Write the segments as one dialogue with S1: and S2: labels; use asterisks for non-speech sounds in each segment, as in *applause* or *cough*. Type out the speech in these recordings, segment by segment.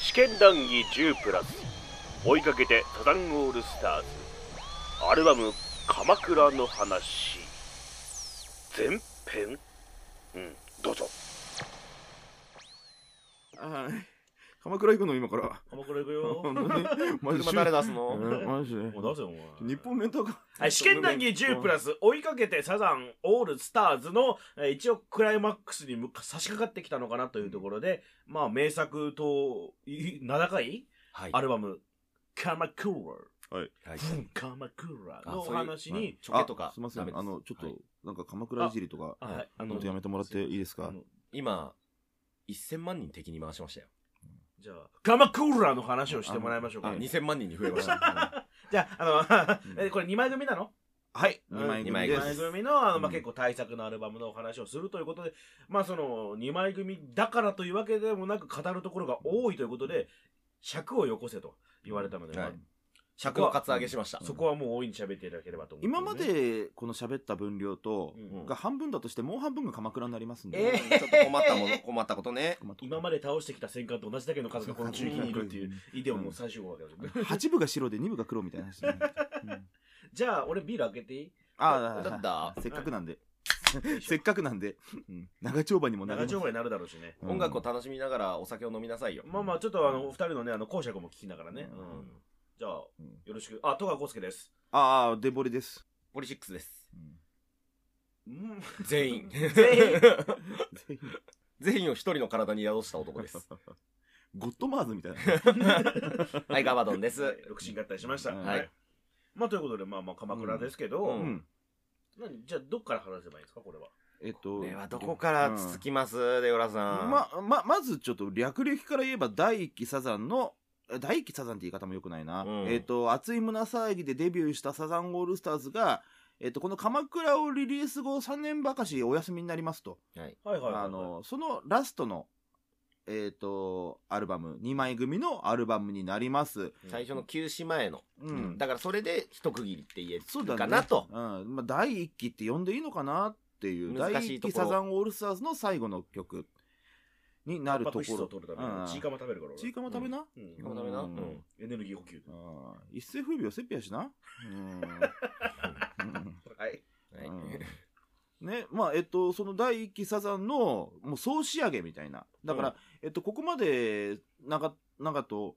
S1: 試験談義10プラス追いかけてサザンオールスターズアルバム「鎌倉の話」前編うんどうぞ
S2: あー鎌倉行くの今から。
S3: 鎌倉行く
S2: 本 *laughs*
S3: よ。
S2: 当
S3: *laughs*
S2: にマジ
S4: 車誰出す
S2: え
S4: の
S2: ーマジで。
S3: もう出せよ、お前。
S2: 日本レンタカー。
S3: はい、試験談義10プラス、追いかけてサザンオールスターズの、えー一応クライマックスに向か差し掛かってきたのかなというところで、まあ、名作と、い名高い
S4: はい
S3: アルバム、鎌倉、
S4: はい
S3: うん鎌倉のお
S4: あ
S3: 話
S4: そういう
S3: に、
S4: ちょけとか
S2: あすみませ
S4: ダメで
S2: ん。あの、ちょっと、なんか鎌倉いじりとか、
S3: あはいあ
S2: ちょ
S3: の
S2: っとやめてもらっていいです
S3: あ
S2: か
S3: の
S4: 今1000万人敵に回しましたよ
S3: じゃあ、鎌倉の話をしてもらいましょうか。
S2: あのはい
S4: 2000万人に増えました *laughs*
S3: じゃあ、あの
S2: うん、
S3: *laughs* えこれ2枚組なの
S2: はい。
S3: うん
S2: 2枚組
S4: 二
S2: で
S3: 2
S4: 枚
S3: 枚
S2: す。
S3: 組のあの、ま
S2: うん
S3: あ、結構対策のアルバムのお話をするということで、まあその2枚組だからというわけでもなく語るところが多いということで尺をよこせと言われたので、
S4: はい
S3: ま
S4: 尺のカツ上げしました
S3: あそこはもう大いに喋っていただければと思いま
S2: 今
S3: す
S2: ま、でこの喋った分量と
S3: うん、
S2: が半分だとして、もう半分が鎌倉になりますん
S4: うん
S2: で。
S4: ちょっと困ったもの困ったことね
S2: 困った
S3: 今まで倒してきた戦艦と同じだけの数がこの地域にいるっていうイデオンの最終話だけど、
S2: 8部が白で2部が黒みたいな
S3: *laughs*
S2: 話ね。うん
S3: じゃあ俺ビール開けてい
S2: *laughs*
S3: い
S2: ああ、
S4: だだ
S2: せっかくなんで。せっかくなんで、うん長丁場にもなり
S3: 長
S2: ます
S3: 丁場になるだろうしね、
S2: うん
S4: 音楽を楽しみながらお酒を飲みなさいよ
S3: まあまあちょっとあのお二人のねあの講釈も聞きながらね、
S2: う
S3: うんんじゃあよ
S2: うん
S3: ろしくあ戸川浩介です
S2: ああ、デボリです。
S4: ポリシックスです
S2: *laughs*
S3: うん
S4: *laughs* 全員
S3: 全員
S2: 全員
S4: 全員を一人の体に宿した男です *laughs*
S2: ゴッドマーズみたいな。
S4: はいガバドン
S3: *laughs*
S4: で
S3: はい
S4: す
S3: 六神合体しました。
S2: うん
S4: はい
S3: まあということで、まあまあ鎌倉ですけど、
S4: うん
S2: うん
S3: 何じゃあどっから話せばいいんですか、これは。
S2: えっと。
S4: これはどこから続きますデオラさん
S2: ま、ま、まずちょっと略歴から言えば、第一期サザンの、え第一期サザンって言い方も良くないな。
S4: うん
S2: えっ、と、熱い胸騒ぎでデビューしたサザンオールスターズが、えっ、と、この鎌倉をリリース後3年ばかしお休みになりますと。
S3: はいはいはい、はい。
S2: あの、そのラストの、えっ、と、アルバム、2枚組のアルバムになります。
S3: うん、
S4: 最初の休止前の
S2: うん。
S4: だからそれで一区切りって言え
S2: そうだ
S4: る
S2: ね
S4: かなと。
S2: うん。まあ、第一期って呼んでいいのかなっていう、第
S4: 難し
S2: 一
S4: いと
S2: 期
S4: ころ
S2: サザンオールスターズの最後の曲になると
S3: タンパ
S2: こ
S3: ク質を
S2: ろ。
S3: 取るために、チーカマ食べるから俺。
S2: ちいかも食べな、
S3: うん
S4: このためな
S2: うん
S4: うん
S3: エネルギー補給。
S2: あー一世風靡をせっぺやしな。うん。
S3: はい。
S4: はい
S2: うんうんね、まあ、えっと、その第一期サザンの、もう総仕上げみたいな。だから、
S4: うん
S2: えっと、ここまで、長、長と、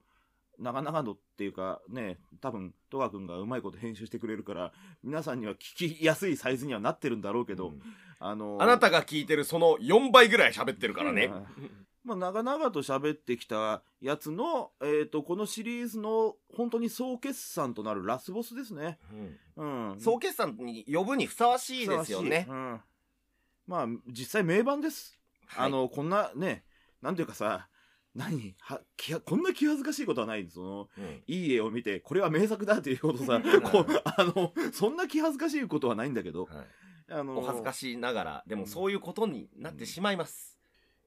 S2: 長々とっていうか、ね、多分、戸川くんがうまいこと編集してくれるから、皆さんには聞きやすいサイズにはなってるんだろうけど、
S4: うん
S2: あの、
S4: あなたが聞いてるその4倍ぐらい喋ってるからね。
S2: まあ、長々と喋ってきたやつの、えっと、このシリーズの、本当に総決算となるラスボスですね。うん。
S4: 総決算に呼ぶにふさわしいですよね
S2: ふ。さわしいうんまあ、実際名盤です。
S4: はい
S2: あ、の、こんなね、なんていうかさ、何は気はこんな気恥ずかしいことはない。その、
S4: うん
S2: いい絵を見て、これは名作だっていうこと
S4: *laughs*
S2: さ、こうあの、そんな気恥ずかしいことはないんだけど、
S4: はい
S2: あの、
S4: お恥ずかしいながら、でもそういうことになってしまいます。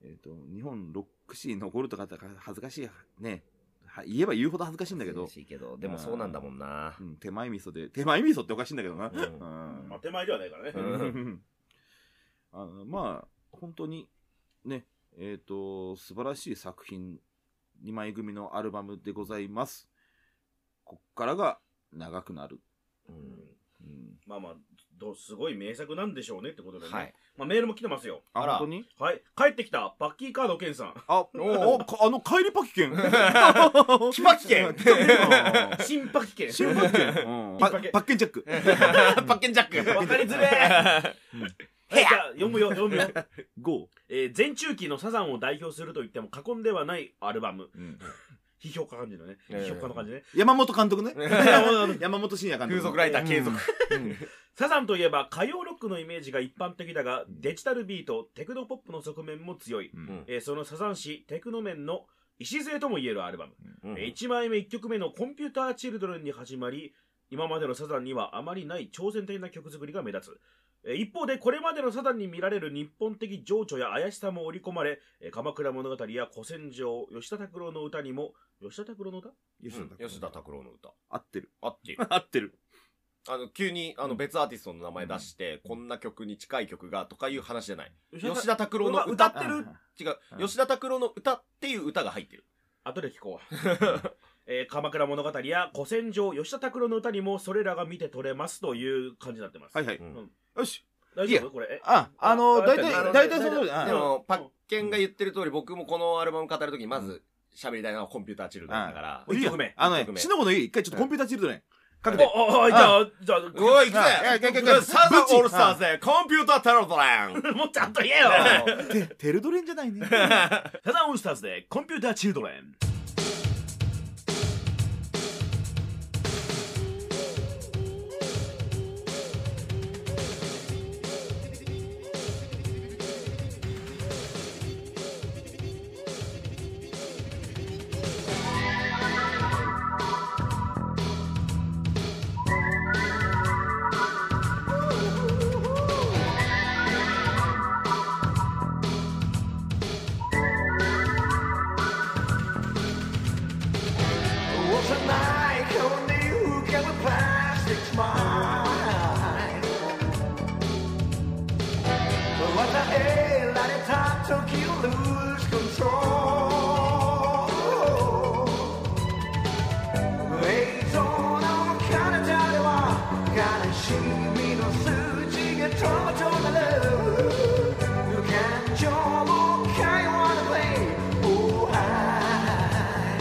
S2: えっ、と、日本ロック史に残るとかだから恥ずかしいやね、は言えば言うほど恥ずかしいんだけど
S4: 恥、ずかしいけど、でもそうなんだもんな
S2: う。ん、手前味噌で、手前味噌っておかしいんだけどな。 *laughs*
S4: うん
S2: うん
S3: まあ、手前ではないからね。
S4: うん
S2: あのまあ本当にねえっ、と素晴らしい作品2枚組のアルバムでございますこっからが長くなる、
S4: うん
S2: うん、
S3: まあまあどう、すごい名作なんでしょうねってことでね。
S4: はい。
S3: まあ、メールも来てますよ。
S2: あ
S4: あら
S2: 本当に
S3: はい。帰ってきた、パッキーカードケンさん。
S2: あ
S4: *laughs* お
S2: おかあの帰りパキ券
S4: *laughs* キパキ券
S3: *laughs* 新パッキー
S2: *laughs* 新
S3: 券。
S2: パキ券、うん、パ
S3: パキ
S2: パッケンジャック
S4: *laughs* パッケンジャック。
S3: わかりづれーはい、じゃあ、読
S4: *laughs*
S3: むよ、読むよ。
S2: GO、
S3: えー前中期のサザンを代表すると言っても過言ではないアルバム。
S2: うん
S3: 批評家感じのね。
S4: えー
S3: 批評家の感じね。
S2: 山本監督ね
S3: 山本監
S2: 山本慎也監督
S4: *laughs* 風俗ライター継続。
S3: サザンといえば歌謡ロックのイメージが一般的だが、デジタルビート、テクノポップの側面も強い。
S2: うん
S4: うん
S3: えーそのサザン誌、テクノ面の礎ともいえるアルバム。
S4: うん
S3: えー1枚目1曲目のコンピューターチルドレンに始まり、今までのサザンにはあまりない挑戦的な曲作りが目立つ。えー一方で、これまでのサザンに見られる日本的情緒や怪しさも織り込まれ、えー鎌倉物語や古戦場、吉田拓郎の歌にも、吉田拓郎の歌
S2: 吉
S4: うん吉田
S2: 田
S4: 拓郎の歌。
S2: 合ってる
S4: あっていう。
S2: 合ってる
S4: あの、急に、あの、別アーティストの名前出して、こんな曲に近い曲が、とかいう話じゃない。吉田拓郎の
S3: 歌
S4: 歌ってる
S2: あ
S4: 違う
S2: う。ん
S4: 吉田拓郎の歌っていう歌が入ってる。。
S3: 後で聞こう。えー鎌倉物語や古戦場、吉田拓郎の歌にもそれらが見て取れますという感じになってます。
S2: はいはいう
S4: ん
S2: よし。
S3: 大
S2: いや
S3: 丈夫これ。え
S2: あ、あの、
S3: あ
S2: 大
S3: あ
S2: 体、
S3: の
S2: 大体その通り。
S4: で
S3: あの
S2: あ
S4: も、パッケンが言ってる通り、僕もこのアルバム語るときに、まず、喋りたいのはコンピューターチルドレンだから。
S3: 一曲目。
S2: あの
S4: 一曲
S2: ね、
S4: 目
S2: しのぶの家、一回ちょっとコンピューターチルドレンかけ
S3: お
S2: て。
S3: おおじゃあ、じゃあ、
S4: うわ、行くぜ
S2: あいやいやいやいや
S4: サザンオールスターズで、コンピューターテロドレン
S3: もうちゃんと言えよ
S2: てテルドレンじゃないね。
S3: サザンオールスターズでコンピューターチルドレン。
S5: Was a night only who can plastic smile. What the hell at a time to kill lose control. Wait on our Canada, gotta see me no suji get trauma to the love. You can't jump on Kaiwan play. Oh, I.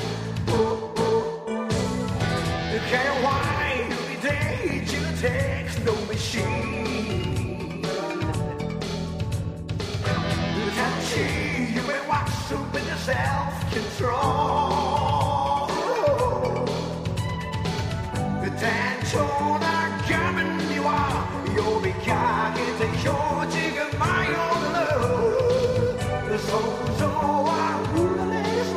S5: Oh, oh. You can't whine every day, you text no machine. You can't cheat, you may walk super your self control. You can't show that coming you are, you'll be cocky, take your chicken, my own love. The souls of our rulers,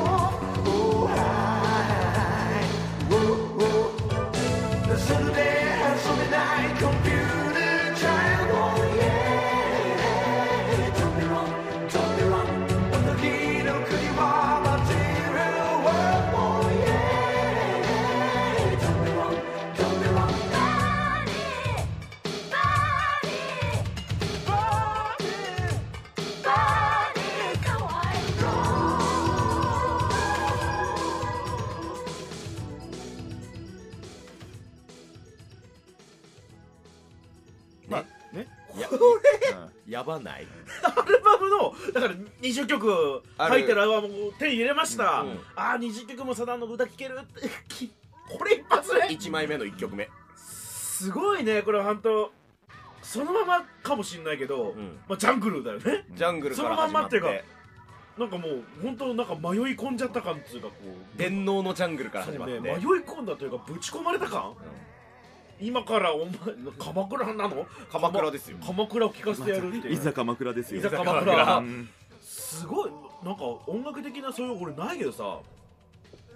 S5: oh, high. Whoa, whoa. The Sunday and Sunday night computer child, oh yeah. Don't be wrong, don't be wrong. When the kid of Kuriwa material world, oh yeah. Don't be wrong, don't be wrong. Body, kawaii.
S2: まあ、ね。
S4: やばない
S3: アルバムの、だから20曲
S4: ある
S3: 入ってるアルバムを手に入れました。
S4: うんうん
S3: ああ、20曲もサダンの歌聴けるって、 *laughs* きこれ一発目
S4: ?1 枚目の1曲目。
S3: すごいね、これは本当そのままかもしんないけど、
S4: ん
S3: まあジャングルだよね。
S4: ジャングルか
S3: その
S4: ら始まって。
S3: まんまっていうかなんかもう、本当なんか迷い込んじゃった感っていうか、こう。
S4: 電脳のジャングルから
S3: そう
S4: 始
S3: ね
S4: まって。
S3: 迷い込んだというかぶち込まれた感、今からお前鎌倉なの
S4: 鎌倉ですよ。
S3: 鎌倉を聞かせてやるっていう
S2: いざ鎌倉ですよ。
S3: いざ鎌
S4: 倉
S2: うん
S3: すごいなんか音楽的なそういう俺ないけどさ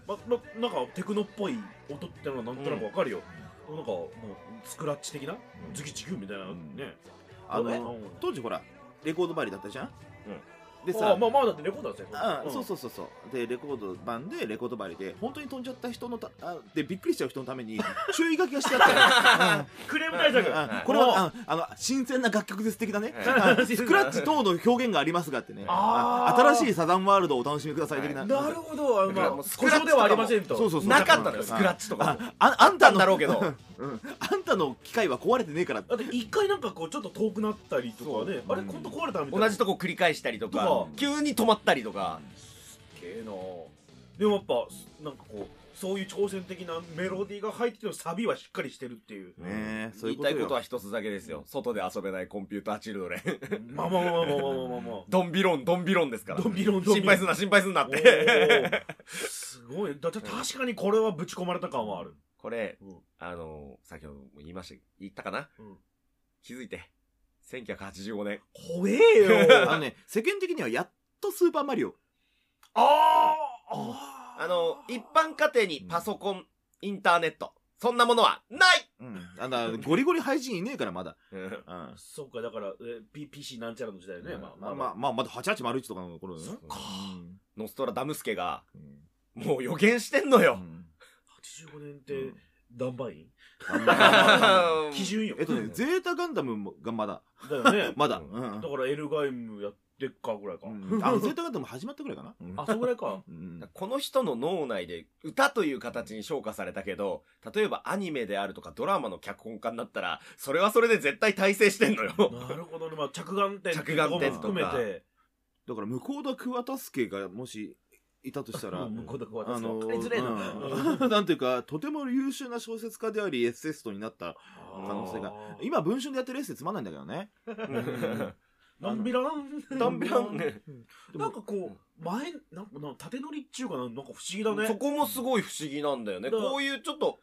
S3: ま、ま、なんかテクノっぽい音ってのはなんとなくわかるよ、なんかもうスクラッチ的なズキズキみたいなね、
S2: うんあ
S3: え
S2: の、当時ほら、レコードバリだったじゃんで
S3: あ
S2: さ
S3: あ、まあまあだってレコードだぜ
S2: あそう
S3: う
S2: そうそうそうでレコード版でレコード針で本当に飛んじゃった人のたあでびっくりしちゃう人のため
S4: *laughs*
S2: に注意書きがしてあったの
S3: クレーム対策、
S2: うんうん
S4: はい
S2: これはああの新鮮な楽曲です的なね
S4: は *laughs*
S2: あスクラッチ等の表現がありますがってね
S3: あー
S2: 新しいサザンワールドをお楽しみください的な、
S3: なるほどあのま
S4: だか
S3: あ
S4: らもうスク
S3: 故
S4: ラッ
S3: 障
S4: チ
S3: ではありませんと
S2: そうそうそう
S4: なかったのよ、
S2: うん
S4: スクラッチとかも。
S2: ああんた
S4: あん
S2: の
S4: だろうけど
S2: うん *laughs* あんたの機械は壊れてねえから
S4: *laughs*
S3: だって一回なんかこうちょっと遠くなったりとかねあれ今度壊れたみたいな
S4: 同じとこ繰り返したりと
S3: と
S4: か
S3: か、
S4: 急に止まったりとか。
S3: けえなでもやっぱなんかこうそういう挑戦的なメロディーが入っててもサビはしっかりしてるっていう
S2: ねえそうい
S4: 言
S2: うこ
S4: いた
S2: と
S4: い
S2: よ
S4: ことは一つだけですよ。外で遊べないコンピューターチルドレン。
S3: まあまあまあまあまあまあまあまあ
S4: ドンビロン、ドンビロンですから。
S3: ドンビロンドンビロン
S4: 心配すんな、心配すんなっ
S3: お
S4: て。
S3: ーすごいだって確かにこれはぶち込まれた感はある
S4: これ
S3: うん、
S4: あの、先ほども言いました、言ったかな
S3: うん
S4: 気づいて。1985年。
S3: 怖えよ
S2: あのね世間的にはやっとスーパーマリオ
S3: あーあー
S4: あの、一般家庭にパソコン、インターネット、そんなものはない
S2: うん、あのゴリゴリ配信いねえからまだ、うん
S3: そっかだからえー P- PC なんちゃらの時代ねまあ
S2: まあまあ、まあ、まだ8801とかの頃だよね
S4: かノストラダムスケが、
S2: うん
S4: もう予言してんの
S2: う
S4: よ。
S2: ん
S3: 85年ってダンバイン基
S4: 基準
S3: 準よ
S2: えっとね、ゼータガンダムもがまだ、
S3: だよね
S2: まだ。
S4: うん
S2: うん
S3: だからエルガイムやってっかぐらいか
S2: うんあのゼータガンダム始まったぐらいかな。
S3: *laughs* あそこぐらいか
S2: うん
S4: *laughs* この人の脳内で歌という形に昇華されたけど、例えばアニメであるとかドラマの脚本家になったら、それはそれで絶対大成してんのよ。
S3: なるほど *laughs* ね、まあ、着眼点
S4: 着眼点とか
S3: も含めて
S2: だから、向田桑助がもしいたとしたら、
S3: 向こうだこう
S2: あの、
S3: 分かりづらいな
S2: うんなんていうか、とても優秀な小説家であり、エッセストになった。可能性が
S3: あー
S2: 今、文春でやってるエッセイつまんないんだけどね。
S3: のんびらん
S4: ダンビランね。
S3: なんかこう前なんかな縦乗りっちゅうかななんか不思議だね
S4: そこもすごい不思議なんだよね。
S3: だから
S4: こういうちょっと、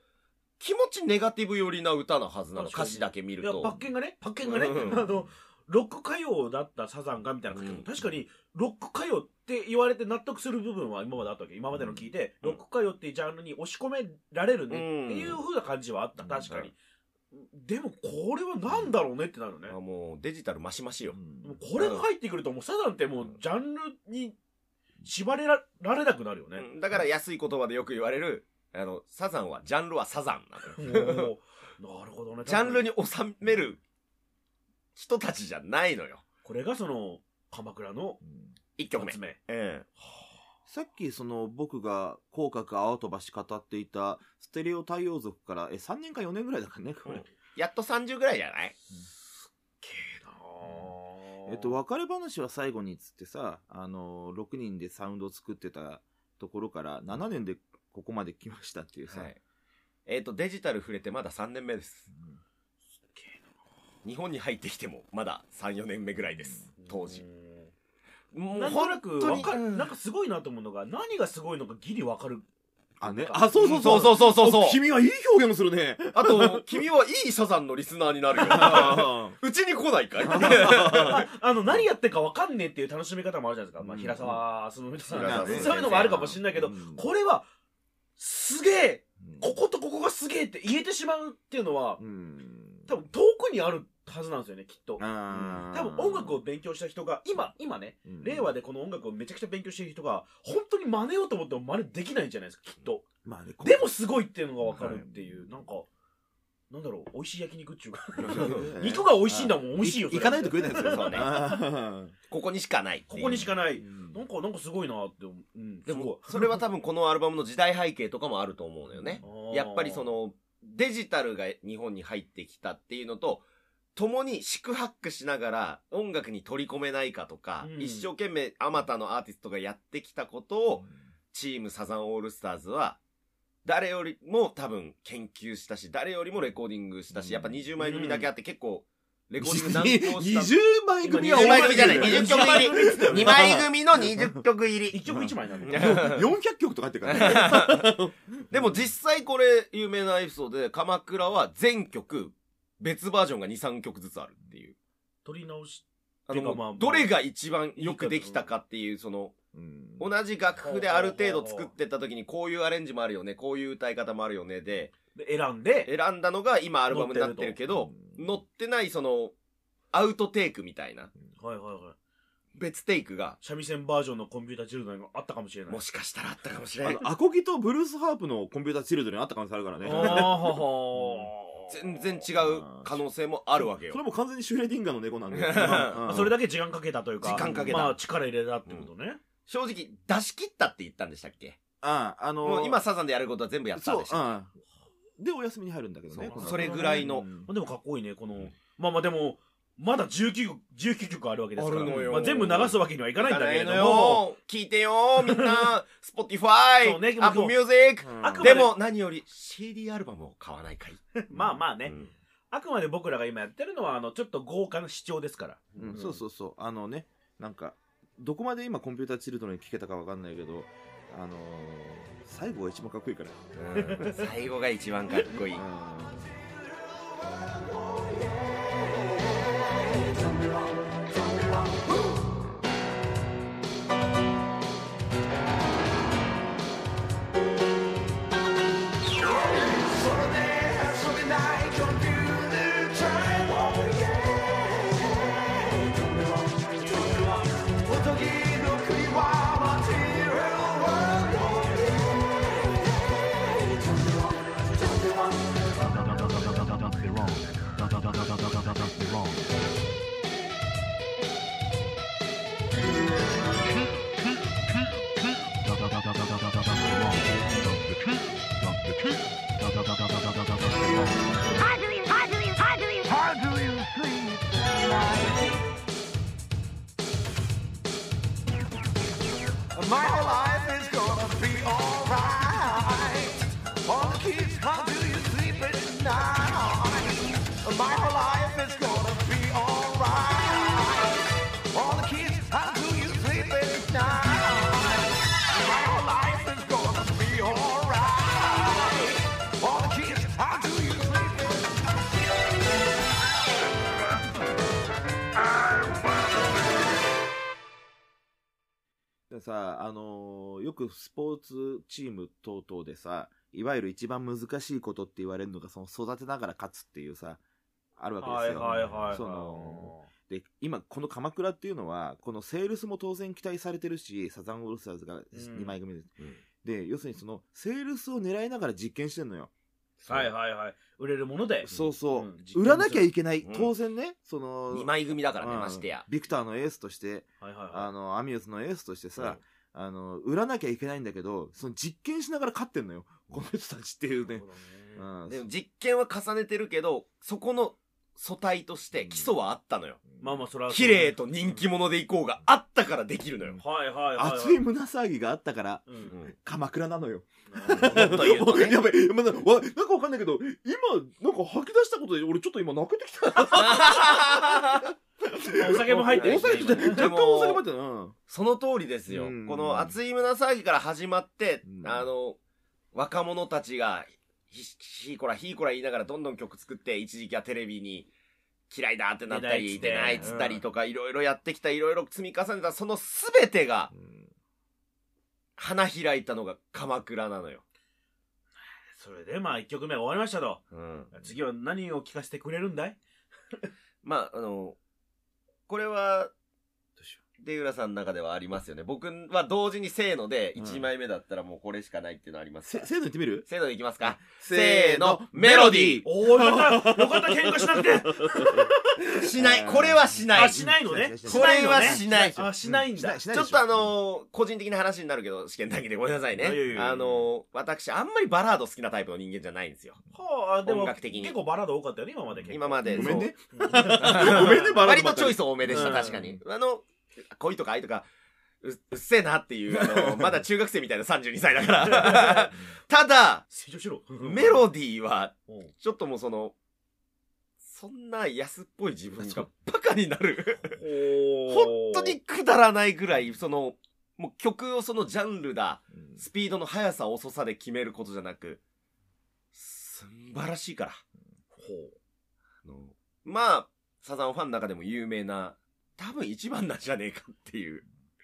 S4: 気持ちネガティブ寄りな歌なはずなの。
S3: 確かに
S4: 歌詞だけ見る
S3: いや
S4: と。
S3: パッケンがねパッケンがね、
S4: う
S3: *laughs*
S4: ん
S3: あのロック歌謡だったサザンがみたいな書き方、
S4: うん
S3: 確かにロック歌謡って言われて納得する部分は今まであったわけ今までの聞いて、
S4: うん
S3: ロック歌謡っていうジャンルに押し込められるね
S4: うん
S3: っていう風な感じはあった
S2: うん
S3: 確かに、でもこれは何だろうねってなるよね、
S4: あもうデジタルマシマシよ。
S2: うん
S3: でもこれが入ってくるともうサザンってもうジャンルに縛れらられなくなるよね、
S4: うんだから安い言葉でよく言われる、あの、サザンは、ジャンルはサザンなの
S3: *laughs*
S4: よ。
S3: おーなるほどね
S4: ジャンル
S3: に
S4: に収める人たちじゃないのよ。
S3: これがその鎌倉の
S2: うん
S4: 一曲目
S3: 発。明
S4: え
S2: さっき、その、僕が、口角青飛ばし語っていた、ステレオ太陽族から、え、3年か4年ぐらいだからね、これ。
S4: えやっと30ぐらいじゃない
S2: えっと、別れ話は最後にっつってさ、あの、6人でサウンドを作ってたところから、7年でここまで来ましたっていうさ。
S4: はい。えっ、と、デジタル触れてまだ3年目です。日本に入ってきてもまだ3、4年目ぐらいです。当時。も
S3: なんとなく
S4: 本当
S3: わ
S4: に
S3: かるなんかすごいなと思うのが何がすごいのかギリわかる
S2: あ、ね。あ、そうそう
S4: そ
S2: そうう。
S4: そうそうそうそう
S2: お君はいい表現をする
S3: *laughs*
S2: ね。
S4: あと、君はいいサザンのリスナーになる *laughs* よ。うちに来ないかい
S3: ああの何やってるかわかんねえっていう楽しみ方もあるじゃないですか、まあ、
S2: うん
S3: 平沢そのさん
S2: 平沢
S3: そう
S2: 先生
S3: いうのもあるかもしれないけど、
S2: うん
S3: これはすげえ
S2: うん
S3: こことここがすげえって言えてしまうっていうのは
S2: うん。
S3: 多分遠くにあるはずなんですよねきっと
S2: あー
S3: 多分音楽を、勉強した人が今今ね
S2: うん
S3: 令和でこの音楽をめちゃくちゃ勉強している人が本当に真似ようと思っても真似できないんじゃないですかきっと
S2: まあね、こ
S3: で
S2: *laughs*
S3: もすごいっていうのが分かるっていう、なんかなんだろう美味しい焼肉っちゅうか肉が美味しいんだもん美味しいよそれ
S2: 行かないと食えないですよ、
S4: そうね
S2: あ
S4: *laughs*
S2: *laughs*
S4: ここにしかない。
S3: ここにしかない、
S2: ーうん
S3: なんかなんかすごいなって思う、うん、
S4: でも、それは多分このアルバムの時代背景とかもあると思うのよね。やっぱりその、デジタルが日本に入ってきたっていうのと、共に四苦八苦しながら音楽に取り込めないかとか、
S3: うん
S4: 一生懸命あまたのアーティストがやってきたことを、チームサザンオールスターズは、誰よりも多分研究したし、誰よりもレコーディングした
S2: う
S4: し、
S2: ん
S4: やっぱ20枚組だけあって結構、レコーディング難航した。
S2: 20枚組は
S4: 20枚組じゃない、
S2: 多
S4: 20曲入り。2枚組の20曲入り。
S3: 1曲1枚なん
S4: い
S3: だよ
S4: や
S2: 400曲とか入ってるからね。
S4: でも実際これ有名なエピソードで、鎌倉は全曲、別バージョンが2、3曲ずつあるっていう。
S3: 撮り直して
S4: あの、
S3: てかまあ
S4: どれが一番よくできたかっていう、その、
S2: うん
S4: 同じ楽譜である程度作ってった時に、こういうアレンジもあるよね、こういう歌い方もあるよね、で、
S3: で選んで
S4: 選んだのが今アルバムになってるけど、
S2: うん
S4: 乗ってないその、アウトテイクみたいな、
S3: はいはいはい
S4: 別テイクが、
S3: 三味線バージョンのコンピューターチルドレンがあったかもしれない
S4: もしかしたらあったかもしれな
S2: あ
S4: い。
S2: の、アコギとブルースハープのコンピューターチルドレンあった可能性あるからね。
S3: あーはは
S4: 全然違う可能性もあるわけ
S2: それ
S4: よ。
S2: も完全にシュレディンガーの猫なんだよ
S4: うん
S3: まあそれだけ時間かけたというか
S4: 時間かけた
S3: まあ、力入れたってことね、
S4: 正直、出し切ったって言ったんでしたっけ
S2: ああのー
S4: もう今サザンでやることは全部やったん
S2: そう
S4: でしたっ
S2: うんでお休みに入るんだけどね
S4: そう
S2: この後
S4: それぐらいの
S2: う
S3: ま
S2: ん
S3: あ、でもかっこいいねこの、まあまあでもまだ19曲 ,19 曲あるわけですから
S4: あるのよ
S3: まあ、全部流すわけにはい
S4: け
S3: かないんだけれど
S4: の
S3: も
S4: よ。聞いてよ、みんな。Spotify、
S3: そうね
S4: Apple Music。
S2: うん
S3: あくま
S4: でも何より CD アルバムを買わないかい。
S3: まあまあね、
S4: うん
S3: あくまで僕らが今やってるのはあのちょっと豪華な視聴ですから
S2: うん
S3: うん
S2: そうそうそうあのねなんかどこまで今コンピューターチルドレン聞けたかわかんないけどあのー最後が一番かっこいいから
S4: うん最後が一番かっこいい。
S5: 「
S6: How do you, how do you, how do you, how do you sleep
S5: My life is gonna be alright. All the kids, how do you sleep at night? My life is gonna be alright. All the kids, how do you sleep at night? My life is gonna be alright. All the kids, how do you sleep at night?
S2: でさ、あのーよくスポーツチーム等々でさ、いわゆる一番難しいことって言われるのが、その育てながら勝つっていうさ、あるわけですよ。
S3: はいはいはいはい
S2: その、で、今、この鎌倉っていうのは、このセールスも当然期待されてるし、サザンオールスターズが2枚組です。
S4: うん
S2: で、要するにその、セールスを狙いながら実験してんのよ。
S3: はいはいはい。売れるもので。
S2: そうそう。
S3: うん
S2: 売らなきゃいけない。
S4: うん
S2: 当然ね、その、
S4: 2枚組だからね、
S2: うん
S4: ましてや。
S2: ビクターのエースとして、
S3: はいはい
S2: あ
S3: は
S2: の、アミューズのエースとしてさ、あの、売らなきゃいけないんだけど、その実験しながら勝ってんのよ。この人たちってい
S3: い。
S2: う
S3: なるほ。
S2: ね
S3: どね
S2: うん。
S4: でも実験は重ねてるけど、そこの素体として基礎はあったのよ。
S3: まあまあそれは。
S4: 綺麗。と人気者でいこうがあったからできるのよ。
S3: はいはいはい。
S2: 熱い。胸騒ぎがあったから、
S3: う。
S4: うん *laughs* ん
S2: 鎌倉なのよ。
S4: もっと言うと
S2: 僕、*laughs*
S4: ね
S2: や。べえ、まなわなんかわかんないけど、今、なんか吐き出したことで、俺ちょっと今泣けてきた。
S3: お酒も入ってる
S2: お
S3: しね
S2: 酒、
S3: 今ね
S2: 若干お酒入ってる。うん。
S4: その通りですよ。
S2: うん
S4: この熱い胸騒ぎから始まって、
S2: うん
S4: あの、若者たちが、ひ、ひいこらひいこら言いながらどんどん曲作って、一時期はテレビに嫌いだってなったり、
S3: 出
S4: 出
S3: な
S4: ない
S3: っ
S4: い
S3: つ
S4: っ
S3: って
S4: つったりとか、いろいろやってきた、いろいろ積み重ねた、そのすべてが花開いたのが鎌倉なのよ。
S3: それでまあ1曲目終わりましたと。
S4: うん。
S3: 次は何を聞かせてくれるんだい
S4: まあ、あの、これは、
S2: どうしよ
S4: 出浦さんの中ではありますよね。僕は同時にせーので、
S2: うん
S4: 1枚目だったらもうこれしかないっていうのあります
S2: せ、
S4: から。
S2: せーの言ってみる
S4: せーのでいきますか。
S2: せ
S4: せ
S2: ー
S4: ー
S2: の
S4: の、
S2: メ
S4: メ
S2: ロ
S4: ロ
S2: デ
S4: デ
S2: ィー
S4: ィー
S3: おお、よかったよかった喧嘩しなくて
S4: しない。これはしない。
S3: あ、しないのね。
S2: し
S4: これは
S3: し
S4: しない。
S3: あ、しないんだ。
S2: し
S4: ち
S2: ない
S4: ょ
S2: で
S4: っ
S2: しょ
S4: とあのー個人的な話になるけど、試験だけでごめんなさいね。
S3: いやいやいやいや
S4: あのー私、あんまりバラード好きなタイプの人間じゃないんですよ。
S3: はあ、でも
S4: 音楽的に
S3: 結構バラード多かったよね、今まで結構。
S4: 今まで。
S2: ごめんね。
S3: うん。
S2: ごめんね、バラ
S4: 割とチョイ
S2: ス。
S4: ス多めでし
S3: う
S4: た、
S3: ん
S4: 確かに。あの、恋とか愛とか、ううっせえなっていう、
S3: *laughs*
S4: あの、まだ中学生みたいな32歳だから。 *laughs* ただ、
S3: 成長しろ。
S4: *laughs* メロディーは、
S3: うん
S4: ちょっともうその、そんな安っぽい自分がバカになる。本当にくだらないぐらい、その、もう曲をそのジャンルだ、スピードの速さ、遅さで決めることじゃなく、素晴らしいから。あのまあ、サザンファンの中でも有名な、多分一番なんじゃねえかっていう。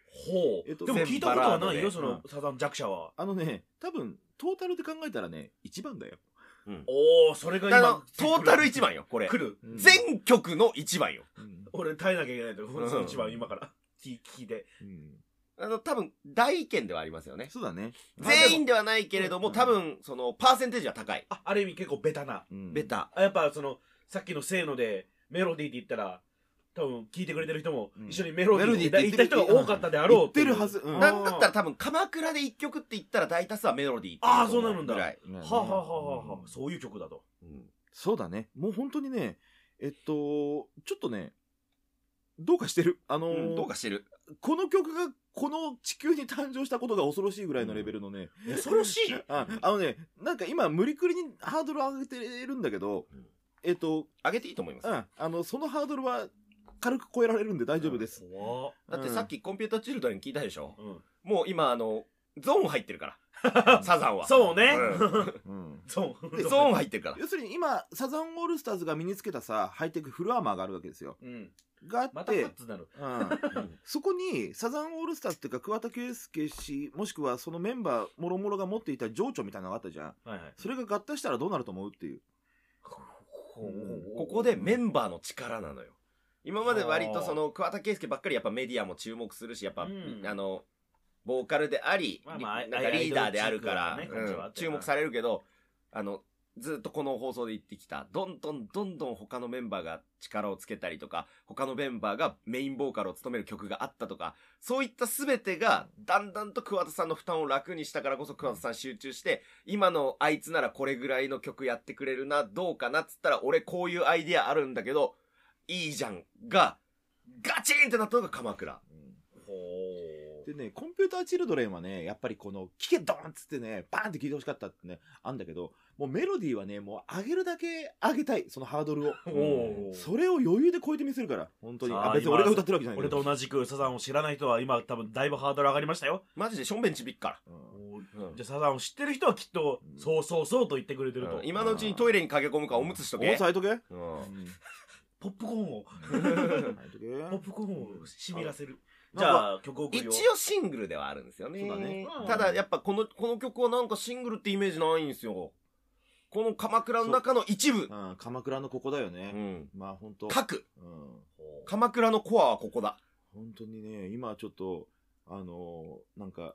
S3: ほ
S2: えっと
S3: う。でも聞いたことはないよ、
S4: 全
S3: そ
S4: 部
S2: バラード
S3: の
S2: で
S3: サザン弱者は。
S2: あのね、多分、トータルで考えたらね、一番だよ。
S3: おお、それが
S4: あの
S3: 今、、
S4: トータル一番よ、これ。
S3: 来る。
S2: うん
S4: 全曲の一番よ。
S2: うん
S3: 俺耐えなきゃいけないと、こ
S4: うん
S3: の一番今から。聞きで。
S2: うん
S4: あの、多分、大意見ではありますよね。
S2: そうだね。
S4: 全員ではないけれども、
S2: うん
S4: 多分、その、パーセンテージは高い。
S3: あ、ある意味結構ベタな。
S2: うん
S4: ベタ。
S3: あやっぱその、さっきのせーので、メロディーって言ったら、多分聞いてくれてる人も
S2: うん、
S3: 一緒にメロディーって言
S2: メ
S3: っ
S2: ロディーって
S3: た
S2: 言ってる
S3: 人が多かったであろう
S2: 言ってるはず。。うん
S3: な
S4: なんだったら多分、鎌倉で一曲って言ったら大多数はメロディーってい
S3: ああ
S4: と思
S3: そうなるんだ
S4: ぐらい。
S2: ね
S3: はあ、はあはあはあは
S2: う
S3: あ、
S2: ん
S3: そういう曲だと。
S2: そうだね。もう本当にね、えっと、ちょっとね、どうかしてる。あの
S4: うん
S2: ー
S4: どうかしてる。
S2: この曲がこの地球に誕生したことが恐ろしいぐらいのレベルのね、
S3: 恐ろしい
S2: ああのね、なんか今無理くりにハードル上げてるんだけど、えっと、
S4: 上げていいと思います
S2: う。ん、あの、そのハードルは軽く超えられるんで大丈夫です。
S3: 怖っ
S4: だってさっきコンピューターチルドレン聞いたでしょ
S3: うん。
S4: もう今あの、ゾーン入って
S3: *laughs*
S4: るから。サザンは。
S3: そうね
S4: うん
S2: うん
S3: *laughs* そう。 *laughs*
S4: でゾーン入ってるから。
S2: 要するに今、サザンオールスターズが身につけたさ、ハイテクフルアーマーがあるわけですよ。
S3: うん。
S2: があ
S3: ま
S2: っ
S3: カ
S2: たて
S3: ッ、ツになる。
S2: うん、そこにサザンオールスターズっていうか桑田佳祐氏もしくはそのメンバーもろもろが持っていた情緒みたいなのがあったじゃん
S3: はいはい。
S2: それが合体したらどうなると思うっていう
S4: ここでメンバーの力なのよ。今まで割とその桑田佳祐ばっかりやっぱメディアも注目するし、やっぱ、
S3: うん
S4: あの、ボーカルであり、
S3: まあまあ
S4: リなんかリーダーであるから、
S3: アイドルチックなね感じはあ
S4: う
S3: っ
S4: ん
S3: て
S4: 注目されるけど、あの、ずっとこの放送で言ってきた、どんどんどんどん他のメンバーが力をつけたりとか、他のメンバーがメインボーカルを務める曲があったとか、そういった全てが、だんだんと桑田さんの負担を楽にしたからこそ桑田さん集中して、今のあいつならこれぐらいの曲やってくれるな、どうかなっつったら、俺こういうアイディアあるんだけど、いいじゃん、が、ガチンってなったのが鎌倉。
S2: でね、コンピューターチルドレンはね、やっぱりこの、聞けドーンっつってね、バーンって聞いてほしかったってね、あんだけど、もうメロディーはね、もう上げるだけ上げたい、そのハードルを。
S3: おお
S2: それを余裕で超えてみせるから、本当に。
S3: さ
S2: あ
S3: あ
S2: 別に
S3: 今
S2: 俺が歌ってるわけじゃない
S3: 俺
S2: けど
S3: と同じくサザンを知らない人は今多分だいぶハードル上がりましたよ。
S4: マジでションベンちびっから。
S2: うん
S3: おー
S4: うん
S3: じゃあサザンを知ってる人はきっと、
S2: うん
S3: そうそうそうと言ってくれてると。
S4: うん今のうちにトイレに駆け込むかおむつしと
S2: お
S4: け。
S2: むつ履いとけ。うん
S4: うん
S3: ポップコーンを、
S2: 履いとけ
S3: ポップコーンを湿らせる。
S2: うん
S3: じゃあ曲を送る
S4: 一
S3: よ。
S4: 応シングルではあるんですよね。
S2: そうだね
S4: ただやっぱこの、この曲はなんかシングルってイメージないんですよ。この鎌倉の中の一部。
S2: うん、鎌倉のここだよ
S4: う
S2: ね。
S4: ん。
S2: まあ本当。
S4: 各。
S2: うん
S4: 鎌倉のコアはここだ。
S2: 本当にね、今ちょっと、あのーなんか、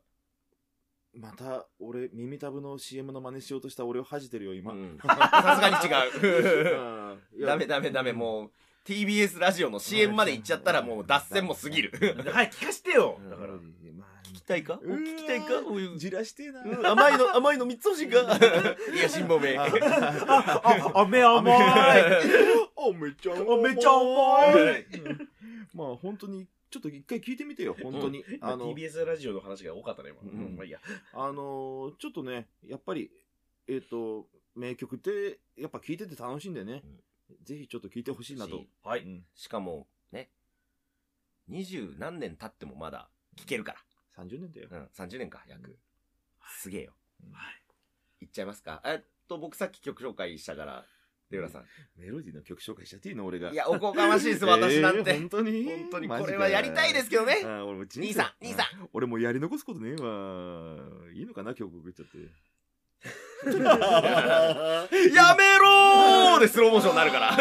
S2: また俺、耳たぶの CM の真似しようとした俺を恥じてるよ、今。
S4: う
S2: うん
S4: さすがに違う。
S2: ん
S4: ダメダメダメ、もう TBS ラジオの CM まで行っちゃったらもう脱線も過ぎる。
S3: で早く聞かせてよ
S4: うん
S3: だから。
S2: まあ、
S4: 聞きたいか
S2: うわー
S4: 聞きたいかおいう
S2: じらしてえな。
S4: うん甘いの、甘いの三つ星が。 *laughs* いや、辛抱め。
S3: あ、あ、飴甘
S2: *laughs*
S3: い
S2: あ、めっちゃ甘
S3: 飴ちゃ甘い
S2: まあ本当に、ちょっと一回聞いてみてよ、本当に。あの、
S3: TBS ラジオの話が多かったね、今。
S4: うん
S3: うんまあいいや。
S2: あのーちょっとね、やっぱり、えっ、と、名曲って、やっぱ聞いてて楽しいんでね、ぜひちょっと聞いてほしいなと。
S3: は
S2: う
S3: い。
S2: ん
S4: しかも、ね、二十何年経ってもまだ聞けるか
S2: 30年だよ。
S4: ら。うん、30年か、約。すげえよ。
S3: はい
S4: いっちゃいますかえっと、僕さっき曲紹介したから、出浦さん。
S2: メロディーの曲紹介しちゃっていいの俺が。
S4: いや、おこがましいです、私なん
S2: えー
S4: て
S2: 本。当に
S4: 本当に、
S2: マジ
S4: こ
S2: か
S4: れはやりたいですけどね
S2: あ。ー俺も人生
S4: 兄さん、兄さん。
S2: 俺もうやり残すことねえわいいのかな曲送っち *laughs* ゃって
S4: やめろーでスローモーションになるから。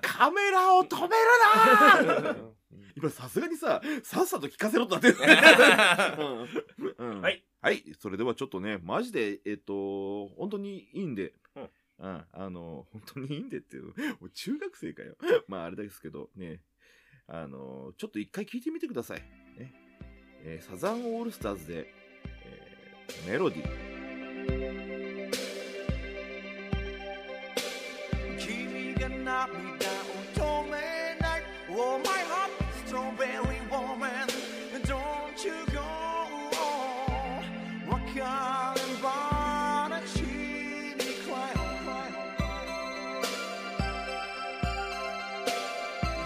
S2: カメラを止めるな今さすがにささっさと聞かせろとなって *laughs* る、うんうん
S3: はい
S2: はいそれではちょっとねマジでえっ、と本当にいいんで
S4: うん
S2: うん、あの本当にいいんでっていうもう中学生かよ *laughs* まああれですけどねあのちょっと一回聞いてみてください、ねえーサザンオールスターズで、えーメロディー
S5: 君が涙を止めない Oh my heart strawberry woman Don't you go わかる話に cry on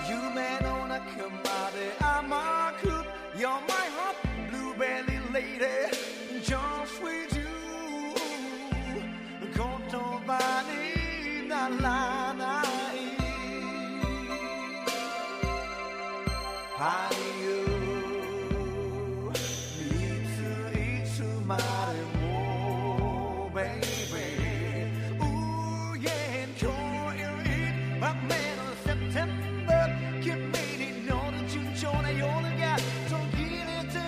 S5: 夢の中まで甘く You're my heart blueberry lady Just with you 言葉にならない How do you いついつまでも baby うえん今日より雨の September 君に乗る順調な夜が途切れて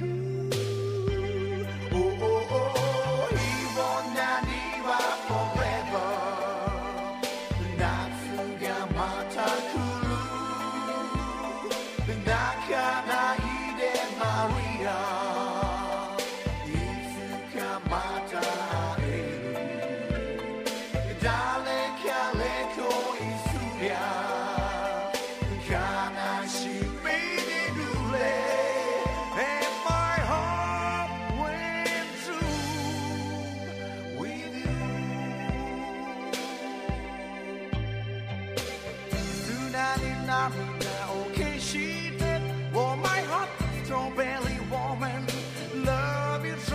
S5: く Oh, oh, oh, いいわ何は forever 夏がまた来る泣かないでマリアいつかまた会える誰かで恋すりゃ悲しみに濡れ And my heart went through with you 砂に涙を消して Oh my heart strawberry woman Love you so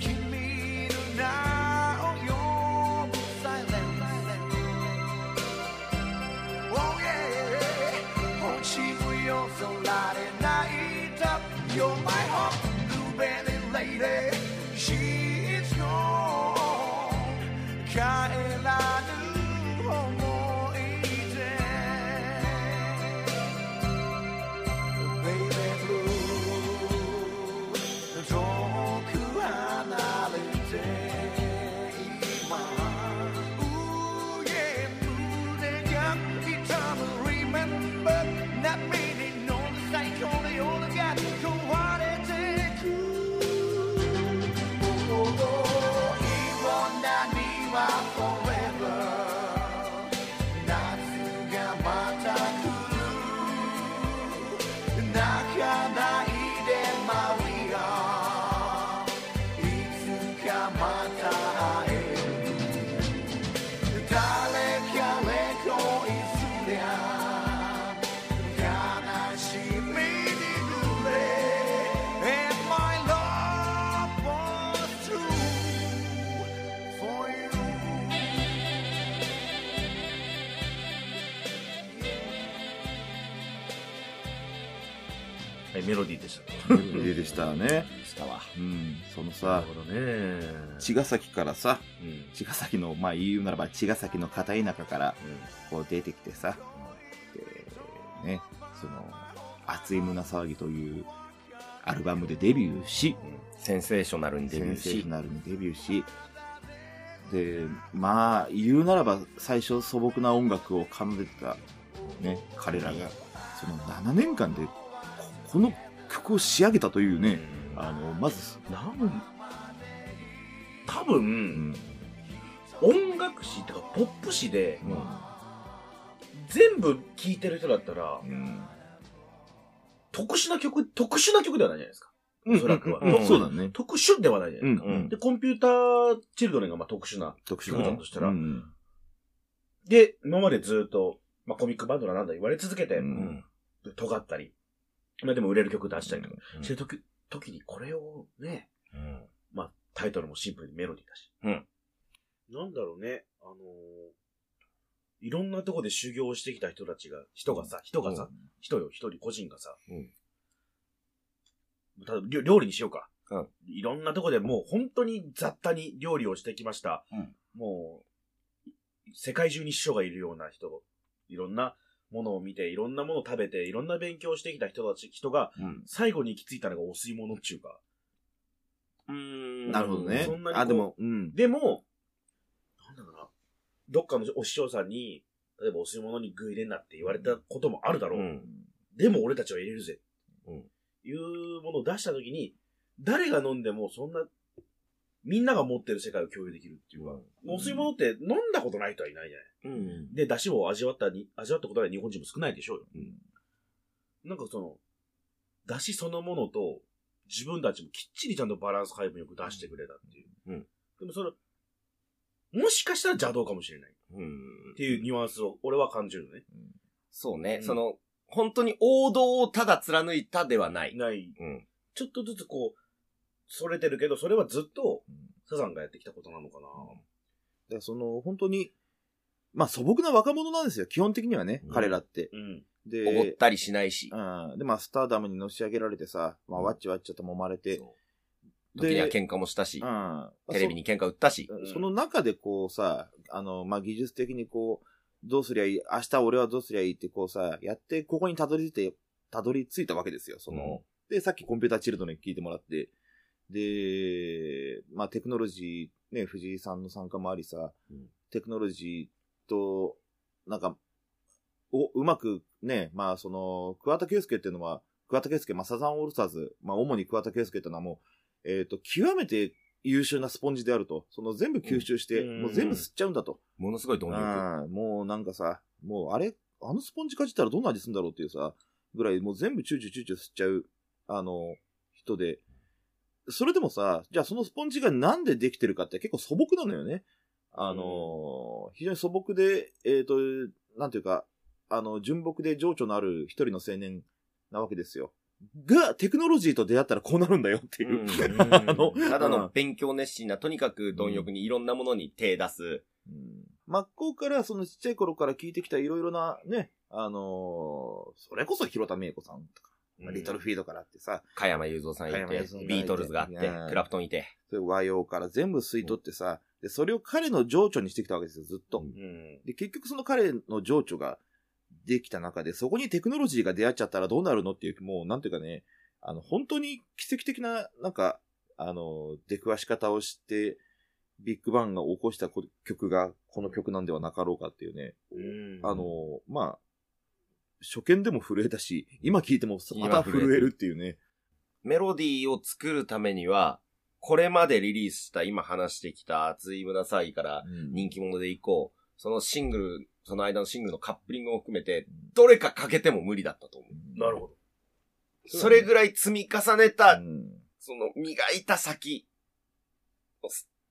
S5: 君の名を呼ぶ Silent 「星も夜空で泣いた」「You're my heart, blueberry lady」「She's gone」「帰らぬ想い出」「Baby blue」「遠く離れて」
S3: メロディーでしたね。
S2: 家でしたね。
S4: したわ。
S2: うん、その
S3: な
S2: さ
S3: る、ほどね。
S2: 茅ヶ崎からさ、
S3: うん。
S2: 茅ヶ崎の、まあ言うならば茅ヶ崎の片田舎から、こう出てきてさ、でね、その、熱い胸騒ぎというアルバムでデビューし、
S4: センセーショナルにデ
S2: セ
S4: ビュー
S2: ンセー
S4: し
S2: ショ。ナルにデビューし、で、まあ、言うならば最初素朴な音楽を奏でてた、ね、彼らが、その7年間でこ、この曲を仕上げたというね、あの、まず、
S3: なん多
S2: う
S3: 分、
S2: ん、
S3: 音楽誌とかポップ誌で、
S2: うん
S3: 全部聴いてる人だったら、
S2: うん
S3: 特殊な曲、特殊な曲ではないじゃないですか。
S2: うん
S3: おそらくは
S2: うん
S4: うん
S2: そうだね。
S3: 特殊ではないじゃないですか。
S2: うんうん
S3: で、コンピューターチルドレンがまあ特殊な。
S2: 特殊
S3: そうだとしたら
S2: うん
S3: で、今までずっと、まあコミックバンドだなんだ言われ続けて、
S2: うん
S3: 尖ったり、まあでも売れる曲出したりとか、
S4: うん
S3: してる時時にこれをね、
S4: うん
S3: まあ、タイトルもシンプルにメロディーだし。
S4: うん
S3: なんだろうね、あのーいろんなとこで修行してきた人たちが、人がさ、人がさ、人よ、一人個人がさ、
S4: うん
S3: ただ料料理にしようか。
S4: うん
S3: いろんなとこでもう本当に雑多に料理をしてきました。
S4: うん
S3: もう、世界中に師匠がいるような人、いろんなものを見て、いろんなものを食べて、いろんな勉強をしてきた人たち、人が
S4: うん
S3: 最後に行き着いたのがお吸い物っていうか、
S4: うん
S2: なるほどね
S3: そんなに。こう
S2: あ、でも、うん。
S3: でも、なんだろうな、どっかのお師匠さんに、例えばお吸い物に具入れんなって言われたこともあるだろう。
S4: うん
S3: でも俺たちは入れるぜ。
S4: うん
S3: いうものを出したときに、誰が飲んでもそんな、みんなが持ってる世界を共有できるっていうか、お吸い物って飲んだことない人はいないじゃない。
S4: うん
S3: で、出汁を味わったに、味わったことない日本人も少ないでしょうよ。
S2: うん
S3: なんかその、出汁そのものと、自分たちもきっちりちゃんとバランス配分よく出してくれたっていう。
S4: うん
S3: でもそれ、もしかしたら邪道かもしれないっ
S4: うん
S3: ていうニュアンスを俺は感じるのね。
S4: そうね
S3: う。ん
S4: その、本当に王道をただ貫いたではない。
S3: ない。
S4: うん
S3: ちょっとずつこう、それてるけど、それはずっと、サザンがやってきたことなのかな。
S2: だからその、本当に、まあ素朴な若者なんですよ。基本的にはね、
S4: うん
S2: 彼らって。
S3: うん。
S4: おごっ
S2: で、
S4: たりしないし。
S2: うん。で、まあスターダムにのし上げられてさ、まあわっちわっちゃと揉まれて、
S4: そう時には喧嘩もしたし
S2: う、ん。
S4: テレビに喧嘩売ったし
S2: そ。。その中でこうさ、あの、まあ技術的にこう、どうすりゃいい、明日俺はどうすりゃいいってこうさ、やってここにたどり着いて、たどり着いたわけですよ。その、で、さっきコンピューターチルドに聞いてもらって、で、まあテクノロジー、ね、藤井さんの参加もありさ、テクノロジーと、なんか、をうまくね、まあその、桑田佳祐っていうのは、桑田佳祐、まあサザンオールスターズ、まあ主に桑田佳祐っていうのはもう、えっ、と、極めて優秀なスポンジであると。その全部吸収して、
S3: うん
S2: もう全部吸っちゃうんだと。
S4: ものすごい貪欲。
S2: うんもうなんかさ、もうあれ、あのスポンジかじったらどんな味するんだろうっていうさ、ぐらいもう全部チューチューチューチュー吸っちゃう、あの、人で。それでもさ、じゃあそのスポンジがなんでできてるかって結構素朴なのよね。あの、非常に素朴で、えっ、と、なんていうか、あの、純朴で情緒のある一人の青年なわけですよ。が、テクノロジーと出会ったらこうなるんだよっていう。あの
S4: *laughs* ただの勉強熱心な、とにかく貪欲にいろんなものに手出す。
S2: うん真っ向から、そのちっちゃい頃から聞いてきたいろいろなね、あのーそれこそ広田芽子さんとか、まあリトルフィードからあってさ、
S4: 加山雄三さんい
S2: 加山雄
S4: て
S2: 三さんがい、て
S4: ビートルズがあっ
S2: う
S4: て
S2: ん、
S4: クラプトンいて。
S2: そういう和洋から全部吸い取ってさ、で、それを彼の情緒にしてきたわけですよ、ずっと。
S3: うん。
S2: で、結局その彼の情緒ができた中で、そこにテクノロジーが出会っちゃったらどうなるのっていう、もうなんていうかね、あの、本当に奇跡的な、なんか、あの、出くわし方をして、ビッグバンが起こしたこ曲が、この曲なんではなかろうかっていうね。
S3: うん
S2: あ、の、まあ、初見でも震えたし、今聞いてもまた
S4: 今震えて
S2: 震えるっていうね。
S4: メロディーを作るためには、これまでリリースした、今話してきた熱い胸騒ぎから人気者でいこう。そのシングル、その間のシングルのカップリングを含めて、どれか欠けても無理だったと思う。
S3: なるほど。
S4: それぐらい積み重ね
S2: う
S4: た、
S2: ん
S4: その磨いた先。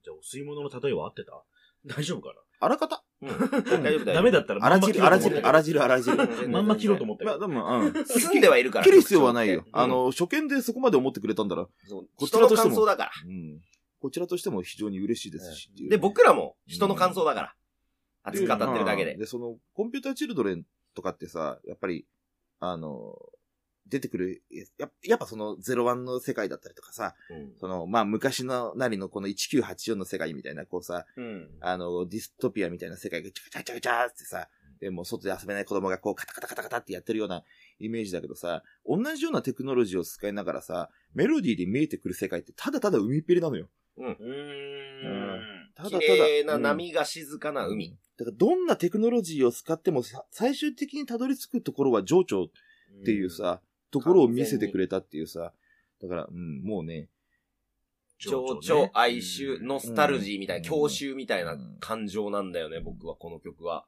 S3: じゃあ、お吸い物の例えは合ってた大丈夫か
S2: あらかた。
S4: 大丈
S3: な
S4: 夫だ
S3: ダ
S4: よ。
S3: メだったら
S2: *laughs* あら汁、あら汁、あら汁、あら
S4: *laughs*
S2: 汁。
S4: 汁
S3: まんま切ろうと思った
S2: ま
S3: け
S2: あ、
S3: ど。
S2: でも、うん。
S4: 住んではいるか
S2: *laughs*
S4: ら。
S2: 切る必要はないよ。
S4: うん
S2: あ、の、初見でそこまで思ってくれたんだら、
S4: そう
S2: こち
S4: 人
S2: ら
S4: の
S2: としても
S4: 感想だから。
S2: うんこちらとしても非常に嬉しいですし。っていう
S4: で、僕らも人の感想だから。熱く語ってるだけ
S2: う
S4: で
S2: ん。で、その、コンピューターチルドレンとかってさ、やっぱり、あの、出てくる、ややっぱその01の世界だったりとかさ、その、まあ昔のなりのこの1984の世界みたいな、こうさ、
S4: うん。
S2: あの、ディストピアみたいな世界がチャカチャカチャカチャーってさ、でもう外で遊べない子供がこうカタカタカタカタってやってるようなイメージだけどさ、同じようなテクノロジーを使いながらさ、メロディーで見えてくる世界ってただただ海っぺりなのよ。
S3: うーん。
S2: ただた
S4: 綺
S2: だ。
S4: 麗な
S2: うん
S4: 波が静かな海。
S2: だからどんなテクノロジーを使ってもさ最終的にたどり着くところは情緒っていうさ、ところを見せてくれたっていうさ、だから、うん、もうね、
S4: 情緒、哀愁、ノスタルジーみたいな、
S2: うん
S4: 郷愁みたいな感情なんだよね、僕は、この曲は。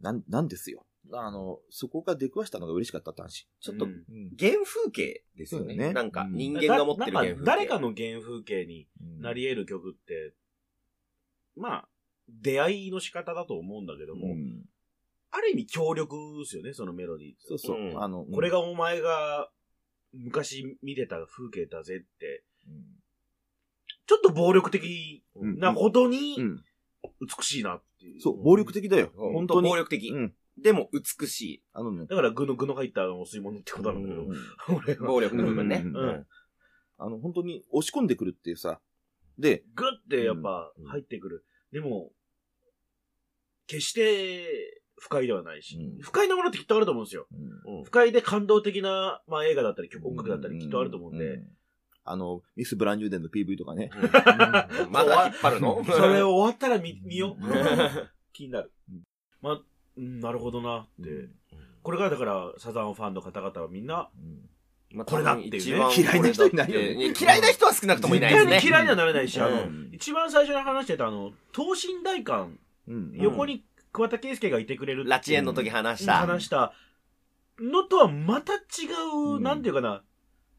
S2: なん、なんですよ。あの、そこが出くわしたのが嬉しかったって話。
S4: ちょっと
S3: う、
S2: うん。
S4: 原風景ですよ
S2: そ
S4: ね。
S2: うだね
S4: なんか
S2: う、ん
S4: 人間が持ってる
S3: だ
S4: 原
S3: な
S4: 風
S3: んか
S4: 景。
S3: 誰かの原風景になり得る曲って、まあ、出会いの仕方だと思うんだけども、
S2: うん
S3: ある意味協力ですよね、そのメロディーって。
S2: そうそう。
S4: うん
S2: あの、うん
S3: これ、がお前が昔見てた風景だぜって、ちょっと暴力的
S2: うん
S3: なほどに
S2: うん。
S3: 美しいなっていう。
S2: そう、暴力的だよ。
S4: うん、
S2: 本
S4: 本
S2: 当
S4: 当
S2: に。
S4: 暴力的。
S2: うん。
S4: でも、美しい。
S2: あのね、
S3: だから具の具の入ったお吸い物ってことなんだけど、
S2: うん
S3: *laughs* 俺は
S4: 暴力の部分ね。
S2: うん
S3: うん
S2: あの、本当に押し込んでくるっていうさ。で、
S3: グッてやっぱ
S2: うん
S3: 入ってくる。でも、決して不快ではないし、
S2: うん
S3: 不快なものってきっとあると思うんですよ。不快で感動的な、まあ、映画だったり曲音楽だったりきっとあると思うんで、
S2: うあの、ミス・ブランニューデンの PV とかね。
S4: うんまだ引っ張るの
S3: それ終わったら見見よう。
S4: うん
S3: 気になる
S2: うん。
S3: まあ、うんなるほどなって。
S2: うん
S3: これがだから、サザンファンの方々はみんな、
S2: うん
S4: *laughs* まあ
S3: これだっていうね
S4: 一番
S2: 嫌いな人いないよね
S4: これだって嫌いな人は少なくともいないです
S3: 絶
S4: ね
S3: 対。に嫌いにはなれないし、あ
S4: う
S3: の、一番最初に話してたあの、等身大感、
S2: うん
S3: 横に桑田佳祐がいてくれる
S4: ラチエンの時話した。
S3: 話したのとはまた違う、
S2: うん
S3: なんていうかな、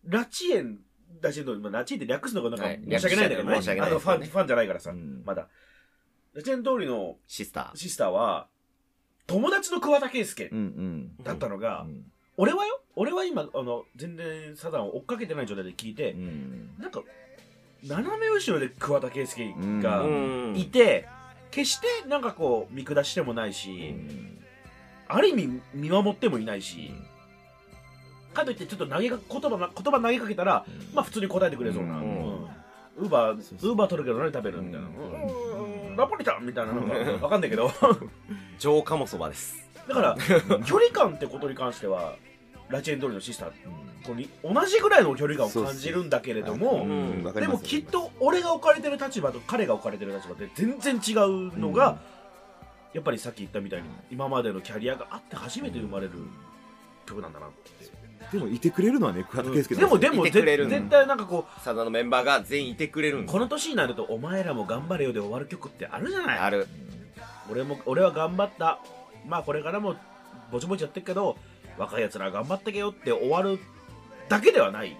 S3: ラチエン、ラチエンの、まあラチエンって略すのがなんか
S4: はい
S3: 申し訳ないんだけどね。
S4: 申し訳ない
S3: あの、ファン、
S4: ですね
S3: ファンじゃないからさ、
S2: うん
S3: まだ。ラチエン通りの
S4: シスター。
S3: シスターは、友達の桑田佳祐
S2: うんうん。
S3: だったのが、
S2: うん
S3: 俺はよ、俺は今、あの、全然サザンを追っかけてない状態で聞いて
S2: う、ん
S3: なんか、斜め後ろで桑田佳祐
S2: う
S3: が
S4: うん
S3: いて、決してなんかこう、見下してもないし、ある意味見守ってもいないし、かといってちょっと投げか言葉な言葉投げかけたら、まあ普通に答えてくれそうな、う
S2: う
S3: んんウーバーウーバー取るけど何食べるみたいな、うんナポリタンみたいななんかわかんない
S2: *laughs*
S3: けど
S4: 浄化もそばです。
S3: だから距離感ってことに関してはラチェン通りのシスターとに同じぐらいの距離感を感じるんだけれども、
S2: うん
S4: うん
S2: わかり
S3: で
S2: ま
S3: も
S2: す
S3: きっと俺が置かれてる立場と彼が置かれてる立場って全然違うのが、やっぱりさっき言ったみたいに今までのキャリアがあって初めて生まれる曲なんだなって、
S2: でもいてくれるのはね、桑田佳祐
S3: でもで
S4: い
S3: も
S4: て
S3: ぜ
S4: くれるんだ
S3: 絶対なんかこ
S4: サザンのメンバーが全員いてくれるん
S3: う
S4: です
S3: この年になると「お前らも頑張れよ」で終わる曲ってあるじゃない
S4: ある。
S3: 俺も俺は頑張ったまあこれからもぼちぼちやってるけど若いやつらは頑張ってけよって終わるだけではない、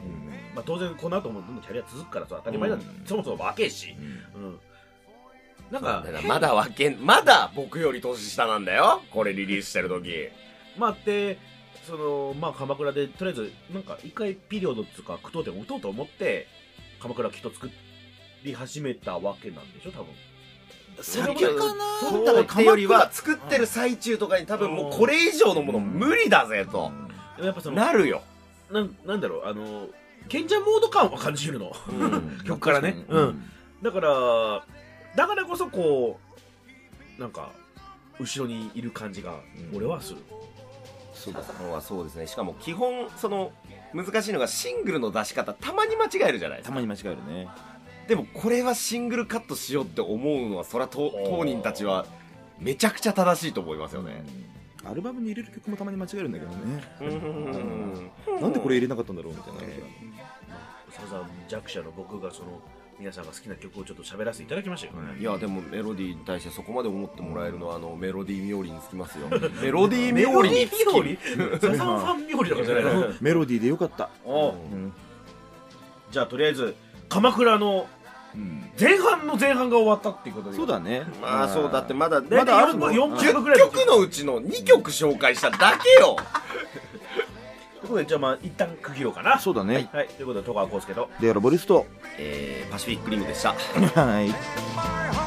S3: まあ、当然この後もどんどんキャリア続くからさ当たり前だ、
S4: うん
S3: そもそも若えし、うん、なんか
S4: だからまだわけん、まだ僕より年下なんだよ。これリリースしてる時。
S3: まあってそのまあ鎌倉でとりあえずなんか一回ピリオドっていうか句読点を打とうと思って鎌倉きっと作り始めたわけなんでしょ多分
S2: 先かな
S4: そうだってよりは、作ってる最中とかに多分もうこれ以上のもの無理だぜと。
S3: でもやっぱそのな
S4: なるよ。
S3: んなんだろうあの賢者モード感は感じるの *laughs* 曲からね
S2: う
S3: うん
S2: ん。
S3: だからだからこそこうなんか後ろにいる感じが
S2: うん
S3: 俺はする、
S2: そう
S4: サ
S2: だ。
S4: ザンはそうですね。しかも基本、その、難しいのがシングルの出し方、たまに間違えるじゃないです
S2: た
S4: か。
S2: まに間違えるね。
S4: でもこれはシングルカットしようって思うのは、そらと当人たちはめちゃくちゃ正しいと思いますよね。
S2: うんアルバムに入れる曲もたまに間違えるんだけどね。
S4: うん
S2: なんでこれ入れなかったんだろうみたいな。
S3: サザン弱者の僕がその皆さんが好きな曲をちょっと喋らせていただきましたけどね、
S4: いやでもメロディーに対してそこまで思ってもらえるのはあのメロディー冥利につきますよメロディー
S3: メ
S4: 冥
S3: ロデ
S4: 利
S3: ィ
S4: に
S3: ー
S4: つ
S3: ピロリサザンファンピロリとかじゃないの
S2: メロディーでよかった。
S3: おう
S2: うん
S3: じゃあとりあえず鎌倉の
S2: うん
S3: 前半の前半が終わったっていうことで
S2: そうだね。
S4: まあそうだって
S2: ん
S4: まだ
S3: 大体
S4: まだあるの
S3: 4分
S4: 10
S3: ぐらいの
S4: 曲のうちの2曲紹介しただけ *laughs* よ
S3: ということでじゃあまあ一旦区切ろうかな
S2: そうだね。
S3: はいということで戸川浩介と
S2: で、ロボリスト。
S4: えー、パシフィックリムでした
S2: はい。
S5: my heart.